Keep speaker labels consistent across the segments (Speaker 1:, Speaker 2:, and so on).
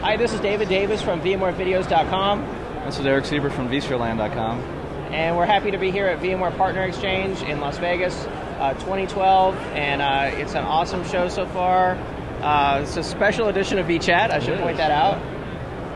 Speaker 1: Hi, this is David Davis from VMwareVideos.com,
Speaker 2: This is Eric Sieber from vSphereLand.com.
Speaker 1: and we're happy to be here at VMware Partner Exchange in Las Vegas, uh, 2012, and uh, it's an awesome show so far. Uh, it's a special edition of VChat. I should
Speaker 2: It
Speaker 1: point
Speaker 2: is.
Speaker 1: that out.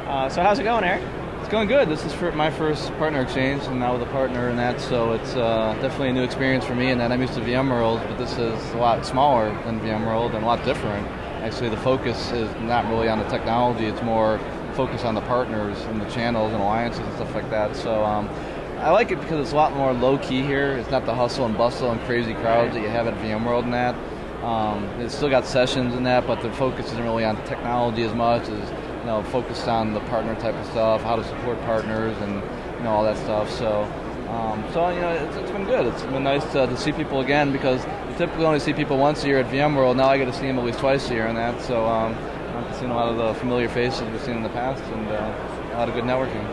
Speaker 1: Uh, so how's it going, Eric?
Speaker 2: It's going good. This is for my first partner exchange, and now with a partner and that, so it's uh, definitely a new experience for me. And that I'm used to VMworld, but this is a lot smaller than VMworld and a lot different. Actually, the focus is not really on the technology; it's more focused on the partners and the channels and alliances and stuff like that. So um, I like it because it's a lot more low key here. It's not the hustle and bustle and crazy crowds that you have at VMworld and that. Um, it's still got sessions and that, but the focus isn't really on technology as much as you know focused on the partner type of stuff, how to support partners, and you know all that stuff. So, um, so you know it's, it's been good. It's been nice to, to see people again because you typically only see people once a year at VMworld. Now I get to see them at least twice a year and that. So um, I've seen a lot of the familiar faces we've seen in the past and uh, a lot of good networking.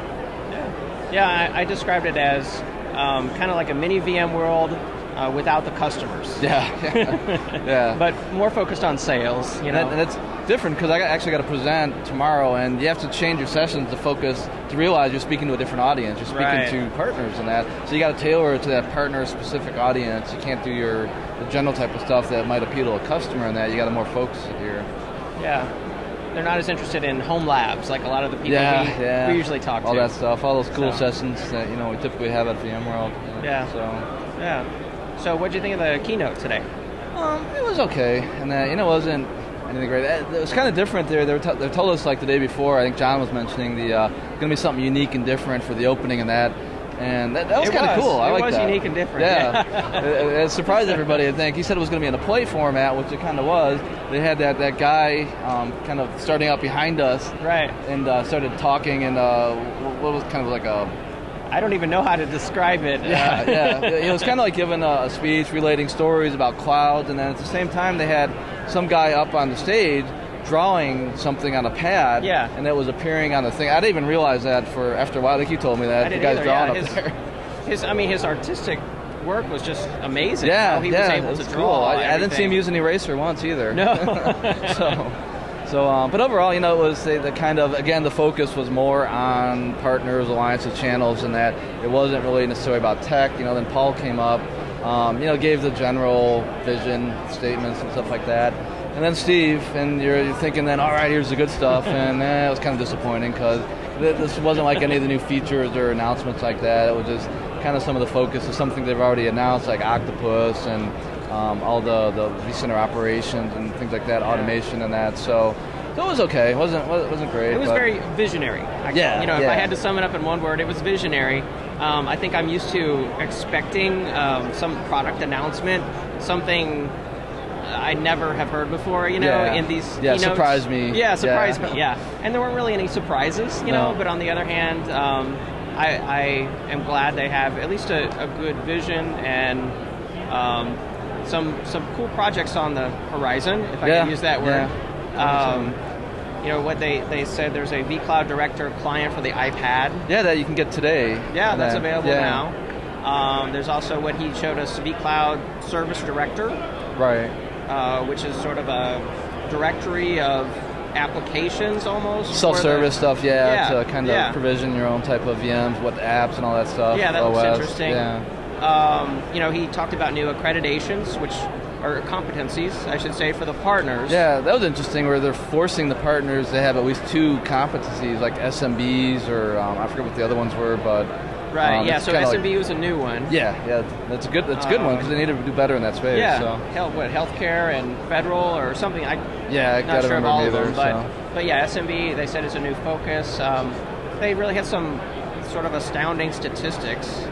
Speaker 1: Yeah, I, I described it as um, kind of like a mini VMworld uh, without the customers,
Speaker 2: Yeah, yeah.
Speaker 1: but more focused on sales. You
Speaker 2: And,
Speaker 1: know,
Speaker 2: that, and that's different because I got- actually got to present tomorrow, and you have to change your sessions to focus to realize you're speaking to a different audience. You're speaking
Speaker 1: Right.
Speaker 2: to partners and that, so you got to tailor it to that partner specific audience. You can't do your the general type of stuff that might appeal to a customer and that. You got to more focus it here.
Speaker 1: yeah, they're not as interested in home labs like a lot of the people
Speaker 2: yeah,
Speaker 1: we,
Speaker 2: yeah.
Speaker 1: we usually talk
Speaker 2: all
Speaker 1: to.
Speaker 2: that stuff, all those cool
Speaker 1: So.
Speaker 2: sessions that you know we typically have at VMworld.
Speaker 1: Yeah.
Speaker 2: So.
Speaker 1: Yeah. So, what do you think of the keynote today?
Speaker 2: Um, it was okay, and uh, you know, it wasn't anything great. Uh, It was kind of different there. They, were t- they told us like the day before. I think John was mentioning the uh, going to be something unique and different for the opening and that. And that, that was
Speaker 1: It
Speaker 2: kind of
Speaker 1: was.
Speaker 2: cool. I
Speaker 1: It
Speaker 2: like
Speaker 1: was
Speaker 2: that.
Speaker 1: unique and different.
Speaker 2: Yeah, it, it surprised everybody. I think he said it was going to be in a play format, which it kind of was. They had that that guy um, kind of starting out behind us
Speaker 1: Right.
Speaker 2: and uh, started talking, and uh, wh- what was kind of like a
Speaker 1: I don't even know how to describe it.
Speaker 2: yeah,
Speaker 1: Uh,
Speaker 2: yeah. It was kind of like giving a, a speech relating stories about clouds, and then at the same time, they had some guy up on the stage drawing something on a pad,
Speaker 1: Yeah.
Speaker 2: and it was appearing on the thing. I didn't even realize that for after a while. Like you told me that
Speaker 1: I
Speaker 2: the
Speaker 1: didn't
Speaker 2: guy's
Speaker 1: either.
Speaker 2: drawing
Speaker 1: Yeah,
Speaker 2: up
Speaker 1: his,
Speaker 2: there.
Speaker 1: his, I mean, his artistic work was just amazing.
Speaker 2: Yeah,
Speaker 1: how he
Speaker 2: yeah, it
Speaker 1: was
Speaker 2: was
Speaker 1: able to
Speaker 2: cool.
Speaker 1: draw.
Speaker 2: I, I didn't see him
Speaker 1: everything.
Speaker 2: use an eraser once either.
Speaker 1: No.
Speaker 2: so, so um, but overall, you know, it was the, the kind of again the focus was more on partners, alliances, channels, and that it wasn't really necessarily about tech. You know, then Paul came up, um, you know, gave the general vision statements and stuff like that. And then Steve, and you're, you're thinking, then all right, here's the good stuff, and eh, it was kind of disappointing because th- this wasn't like any of the new features or announcements like that. It was just kind of some of the focus of something they've already announced, like Octopus and um, all the the vCenter operations and things like that, automation and that. So, so it was okay. It wasn't wa- it wasn't great.
Speaker 1: It was
Speaker 2: but-
Speaker 1: very visionary. I-
Speaker 2: Yeah,
Speaker 1: You know, if
Speaker 2: yeah.
Speaker 1: I had to sum it up in one word, it was visionary. Um, I think I'm used to expecting um, some product announcement, something I never have heard before. You know,
Speaker 2: Yeah.
Speaker 1: in these
Speaker 2: Yeah,
Speaker 1: keynotes.
Speaker 2: surprise me.
Speaker 1: Yeah, surprise
Speaker 2: Yeah.
Speaker 1: me. Yeah, and there weren't really any surprises. You know,
Speaker 2: No.
Speaker 1: but on the other hand, um, I, I am glad they have at least a, a good vision and. Um, some some cool projects on the horizon, if I
Speaker 2: Yeah,
Speaker 1: can use that word.
Speaker 2: yeah.
Speaker 1: Um, you know what they, they said there's a vCloud Director client for the iPad.
Speaker 2: yeah that you can get today.
Speaker 1: Yeah,
Speaker 2: And
Speaker 1: that's
Speaker 2: then-
Speaker 1: available
Speaker 2: yeah.
Speaker 1: now. Um, there's also what he showed us vCloud Service Director,
Speaker 2: Right.
Speaker 1: uh, which is sort of a directory of applications almost. for the-
Speaker 2: Self-service stuff. Yeah,
Speaker 1: Yeah,
Speaker 2: to kind of
Speaker 1: yeah.
Speaker 2: provision your own type of VMs, what apps and all that stuff.
Speaker 1: Yeah, that
Speaker 2: OS.
Speaker 1: looks interesting.
Speaker 2: Yeah.
Speaker 1: Um, you know, he talked about new accreditations, which are competencies, I should say, for the partners.
Speaker 2: Yeah, that was interesting. Where they're forcing the partners to have at least two competencies, like SMBs or um, I forget what the other ones were, but
Speaker 1: Right.
Speaker 2: um,
Speaker 1: yeah.
Speaker 2: it's
Speaker 1: So
Speaker 2: kinda
Speaker 1: SMB
Speaker 2: like-
Speaker 1: was a new one.
Speaker 2: yeah, yeah, that's a good that's a good one because they need to do better in that space.
Speaker 1: Uh, Yeah.
Speaker 2: So.
Speaker 1: Hell, what healthcare and federal or something? I
Speaker 2: Yeah, I
Speaker 1: not
Speaker 2: gotta
Speaker 1: sure of
Speaker 2: remember
Speaker 1: all of
Speaker 2: either.
Speaker 1: them, but,
Speaker 2: so.
Speaker 1: but yeah, SMB, they said is a new focus. Um, they really had some sort of astounding statistics.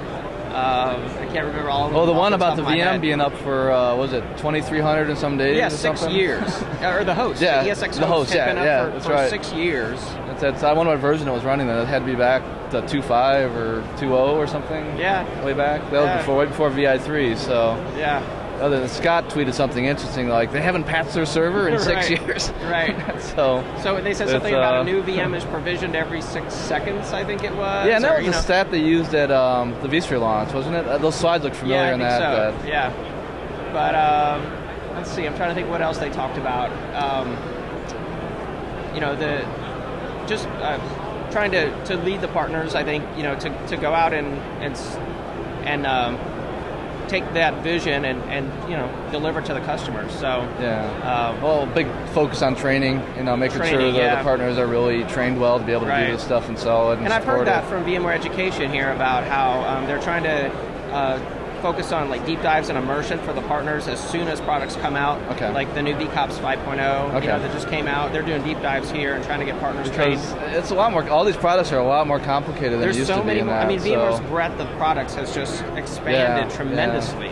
Speaker 1: Um, I can't remember all of them.
Speaker 2: Oh, the
Speaker 1: off
Speaker 2: one about
Speaker 1: top
Speaker 2: the
Speaker 1: of my
Speaker 2: VM
Speaker 1: head.
Speaker 2: being up for uh, what was it 2,300 and some days?
Speaker 1: Yeah,
Speaker 2: or
Speaker 1: six
Speaker 2: something?
Speaker 1: years. or the host.
Speaker 2: Yeah,
Speaker 1: The ESX
Speaker 2: the
Speaker 1: host
Speaker 2: host,
Speaker 1: had
Speaker 2: yeah,
Speaker 1: been up
Speaker 2: yeah,
Speaker 1: for,
Speaker 2: that's
Speaker 1: for
Speaker 2: right.
Speaker 1: six years.
Speaker 2: That's, that's I wonder what version it was running. Then it had to be back to 2.5 or 2.0 or something.
Speaker 1: Yeah.
Speaker 2: way back. That was
Speaker 1: Yeah.
Speaker 2: before way before VI3. So
Speaker 1: Yeah.
Speaker 2: other than Scott tweeted something interesting like they haven't patched their server in six
Speaker 1: Right.
Speaker 2: years.
Speaker 1: Right.
Speaker 2: so
Speaker 1: So they said
Speaker 2: It's,
Speaker 1: something about
Speaker 2: uh,
Speaker 1: a new VM is provisioned every six seconds, I think it was.
Speaker 2: yeah, and
Speaker 1: or,
Speaker 2: that was
Speaker 1: you
Speaker 2: the
Speaker 1: know-
Speaker 2: stat they used at um, the vSphere launch, wasn't it? Uh, Those slides look familiar
Speaker 1: yeah, I
Speaker 2: in
Speaker 1: think
Speaker 2: that.
Speaker 1: so.
Speaker 2: that-
Speaker 1: Yeah. But um, let's see. I'm trying to think what else they talked about. Um, you know the just uh, trying to, to lead the partners. I think you know to, to go out and and s- and um, take that vision and, and you know deliver to the customers. So
Speaker 2: Yeah.
Speaker 1: uh,
Speaker 2: Well, big focus on training, you know, making sure
Speaker 1: Training,
Speaker 2: that
Speaker 1: yeah.
Speaker 2: the partners are really trained well to be able to
Speaker 1: Right.
Speaker 2: do this stuff and sell it and,
Speaker 1: And I've heard
Speaker 2: support
Speaker 1: that
Speaker 2: it.
Speaker 1: from VMware Education here about how um, they're trying to uh, focus on like deep dives and immersion for the partners as soon as products come out.
Speaker 2: Okay.
Speaker 1: Like the new VCops 5.0,
Speaker 2: Okay.
Speaker 1: oh, you know, that just came out. They're doing deep dives here and trying to get partners trained.
Speaker 2: Because it's a lot more. All these products are a lot more complicated than it
Speaker 1: There's
Speaker 2: used
Speaker 1: so
Speaker 2: to
Speaker 1: many.
Speaker 2: be. in
Speaker 1: More, I
Speaker 2: that,
Speaker 1: mean,
Speaker 2: so-
Speaker 1: VMware's breadth of products has just
Speaker 2: Yeah,
Speaker 1: expanded
Speaker 2: yeah.
Speaker 1: tremendously.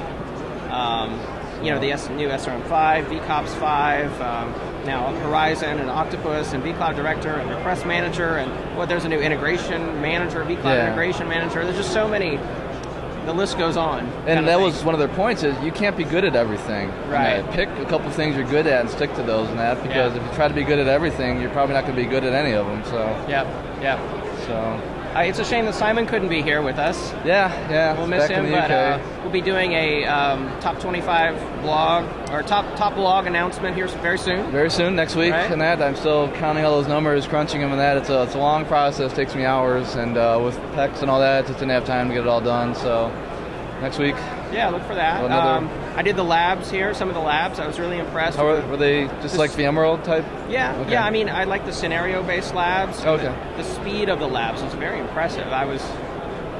Speaker 1: Um, you know, the S- new SRM5, VCops 5, um, now Horizon and Octopus and vCloud Director and Request Manager and what? there's a new integration manager, vCloud
Speaker 2: Yeah.
Speaker 1: Integration Manager. There's just so many. The list goes on. kind of
Speaker 2: And that
Speaker 1: thing.
Speaker 2: was one of their points is you can't be good at everything. You
Speaker 1: Right.
Speaker 2: know, Pick a couple things you're good at and stick to those and that because
Speaker 1: Yeah.
Speaker 2: if you try to be good at everything, you're probably not going to be good at any of them. So,
Speaker 1: Yep, yep.
Speaker 2: so
Speaker 1: Uh, it's a shame that Simon couldn't be here with us.
Speaker 2: yeah, yeah.
Speaker 1: We'll
Speaker 2: it's
Speaker 1: miss
Speaker 2: back in
Speaker 1: him,
Speaker 2: the
Speaker 1: but
Speaker 2: UK.
Speaker 1: uh, we'll be doing a um, top 25 blog or top top blog announcement here very soon.
Speaker 2: very soon next week
Speaker 1: Right.
Speaker 2: and that I'm still counting all those numbers, crunching them and that. It's a it's a long process, takes me hours, and uh, with pecs and all that, just didn't have time to get it all done. So next week,
Speaker 1: Yeah, look for that.
Speaker 2: Another-
Speaker 1: Um, I did the labs here, some of the labs. I was really impressed.
Speaker 2: how
Speaker 1: with
Speaker 2: are,
Speaker 1: the-
Speaker 2: were they just like the Emerald type?
Speaker 1: yeah,
Speaker 2: Okay.
Speaker 1: yeah. I mean, I like the scenario-based labs.
Speaker 2: Okay.
Speaker 1: The, the speed of the labs was very impressive. I was,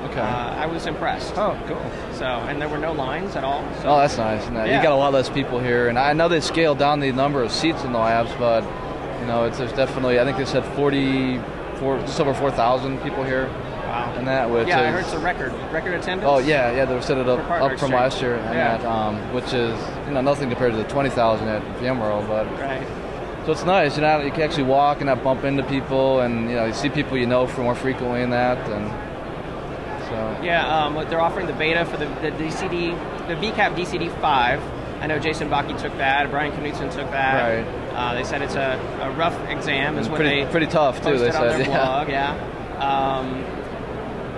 Speaker 2: Okay.
Speaker 1: uh, I was impressed.
Speaker 2: oh, cool.
Speaker 1: So, and there were no lines at all. So.
Speaker 2: Oh, that's nice. and that-
Speaker 1: Yeah.
Speaker 2: You got a lot less people here, and I know they scaled down the number of seats in the labs, but you know, it's there's definitely I think they said 40, four, just over 4,000 people here,
Speaker 1: Wow.
Speaker 2: and that which
Speaker 1: yeah, I
Speaker 2: is-
Speaker 1: heard it's a record record attendance.
Speaker 2: Oh yeah, yeah, they set it up
Speaker 1: For partner
Speaker 2: up from
Speaker 1: exchange.
Speaker 2: last year, and
Speaker 1: Yeah.
Speaker 2: that, um, which is you know nothing compared to the 20,000 at VMworld, but
Speaker 1: Right.
Speaker 2: so it's nice. You know, you can actually walk and not bump into people, and you know, you see people you know for more frequently and that, and so
Speaker 1: Yeah, um, what they're offering the beta for the, the DCD, the VCAP DCD 5. I know Jason Bakke took that, Brian Knudsen took that.
Speaker 2: Right.
Speaker 1: Uh, they said it's a, a rough exam, is
Speaker 2: and
Speaker 1: what
Speaker 2: pretty
Speaker 1: they
Speaker 2: pretty tough too.
Speaker 1: posted
Speaker 2: They
Speaker 1: on
Speaker 2: said,
Speaker 1: their
Speaker 2: yeah.
Speaker 1: blog. Yeah. Um,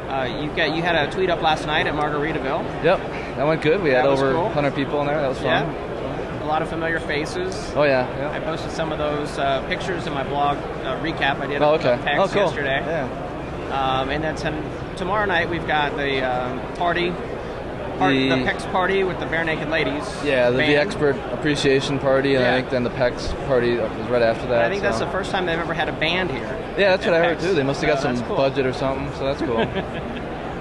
Speaker 1: uh, you got you had a tweet up last night at Margaritaville.
Speaker 2: Yep, that went good. We had
Speaker 1: That was
Speaker 2: over
Speaker 1: cool.
Speaker 2: 100 people in there. That was fun.
Speaker 1: Yeah. A lot of familiar faces.
Speaker 2: Oh yeah.
Speaker 1: I
Speaker 2: yeah.
Speaker 1: posted some of those uh, pictures in my blog uh, recap I did
Speaker 2: Oh
Speaker 1: of
Speaker 2: okay.
Speaker 1: PAX
Speaker 2: oh cool.
Speaker 1: yesterday.
Speaker 2: Yeah.
Speaker 1: Um, and then ton- tomorrow night we've got the um, party, part, the,
Speaker 2: The-
Speaker 1: PEX party with the bare naked ladies.
Speaker 2: Yeah, the, the
Speaker 1: band.
Speaker 2: expert appreciation party, and
Speaker 1: Yeah.
Speaker 2: I think then the PEX party is right after
Speaker 1: And
Speaker 2: that.
Speaker 1: I think that's
Speaker 2: so-
Speaker 1: the first time they've ever had a band here.
Speaker 2: Yeah, that's what I heard
Speaker 1: PEX.
Speaker 2: too. They must have
Speaker 1: So
Speaker 2: got some
Speaker 1: that's cool.
Speaker 2: budget or something, so that's cool.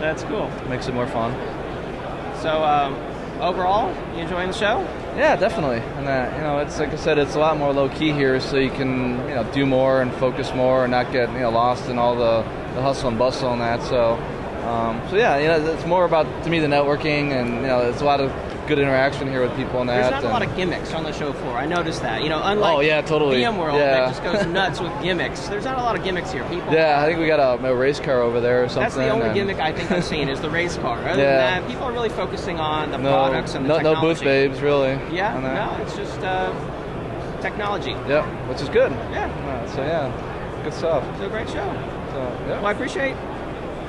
Speaker 1: That's cool.
Speaker 2: Makes it more fun.
Speaker 1: So um, overall, you enjoying the show?
Speaker 2: Yeah, definitely. And uh, you know, it's like I said, it's a lot more low key here, so you can you know do more and focus more and not get you know lost in all the, the hustle and bustle and that. So, um, so yeah, you know, it's more about to me the networking and you know, it's a lot of good interaction here with people and that.
Speaker 1: There's not a
Speaker 2: and-
Speaker 1: lot of gimmicks on the show floor. I noticed that. You know, unlike
Speaker 2: Oh, yeah, totally.
Speaker 1: VMworld that
Speaker 2: Yeah.
Speaker 1: just goes nuts with gimmicks. There's not a lot of gimmicks here. People.
Speaker 2: yeah, I think we got a, a race car over there or something.
Speaker 1: That's the only
Speaker 2: and-
Speaker 1: gimmick I think I've seen is the race car. Other than
Speaker 2: Yeah.
Speaker 1: that, people are really focusing on the
Speaker 2: No,
Speaker 1: products and the
Speaker 2: no, no
Speaker 1: technology.
Speaker 2: booth babes, really.
Speaker 1: Yeah,
Speaker 2: on that.
Speaker 1: no, it's just uh, technology.
Speaker 2: Yep, which is good.
Speaker 1: Yeah,
Speaker 2: Uh, so yeah, good stuff.
Speaker 1: it's a great show.
Speaker 2: So yeah.
Speaker 1: Well, I appreciate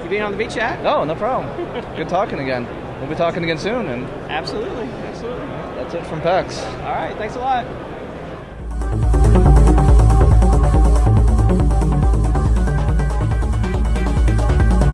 Speaker 1: you being on the beach chat.
Speaker 2: No, no problem. Good talking again. We'll be talking again soon, and
Speaker 1: Absolutely, absolutely.
Speaker 2: that's it from PAX.
Speaker 1: All right, thanks a lot.